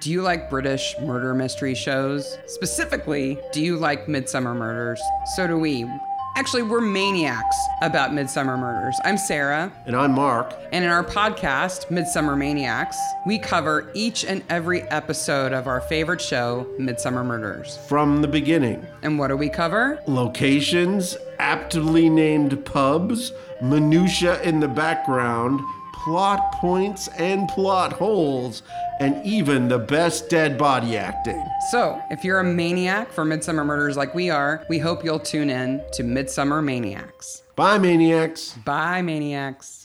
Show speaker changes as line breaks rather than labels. Do you like British murder mystery shows? Specifically, do you like Midsummer Murders? So do we. Actually, we're maniacs about Midsummer Murders. I'm Sarah.
And I'm Mark.
And in our podcast, Midsummer Maniacs, we cover each and every episode of our favorite show, Midsummer Murders.
From the beginning,
And what do we cover?
locations, aptly named pubs, minutia in the background, plot points and plot holes, and even the best dead body acting.
So, if you're a maniac for Midsummer Murders like we are, we hope you'll tune in to Midsummer Maniacs.
Bye, maniacs.
Bye, maniacs.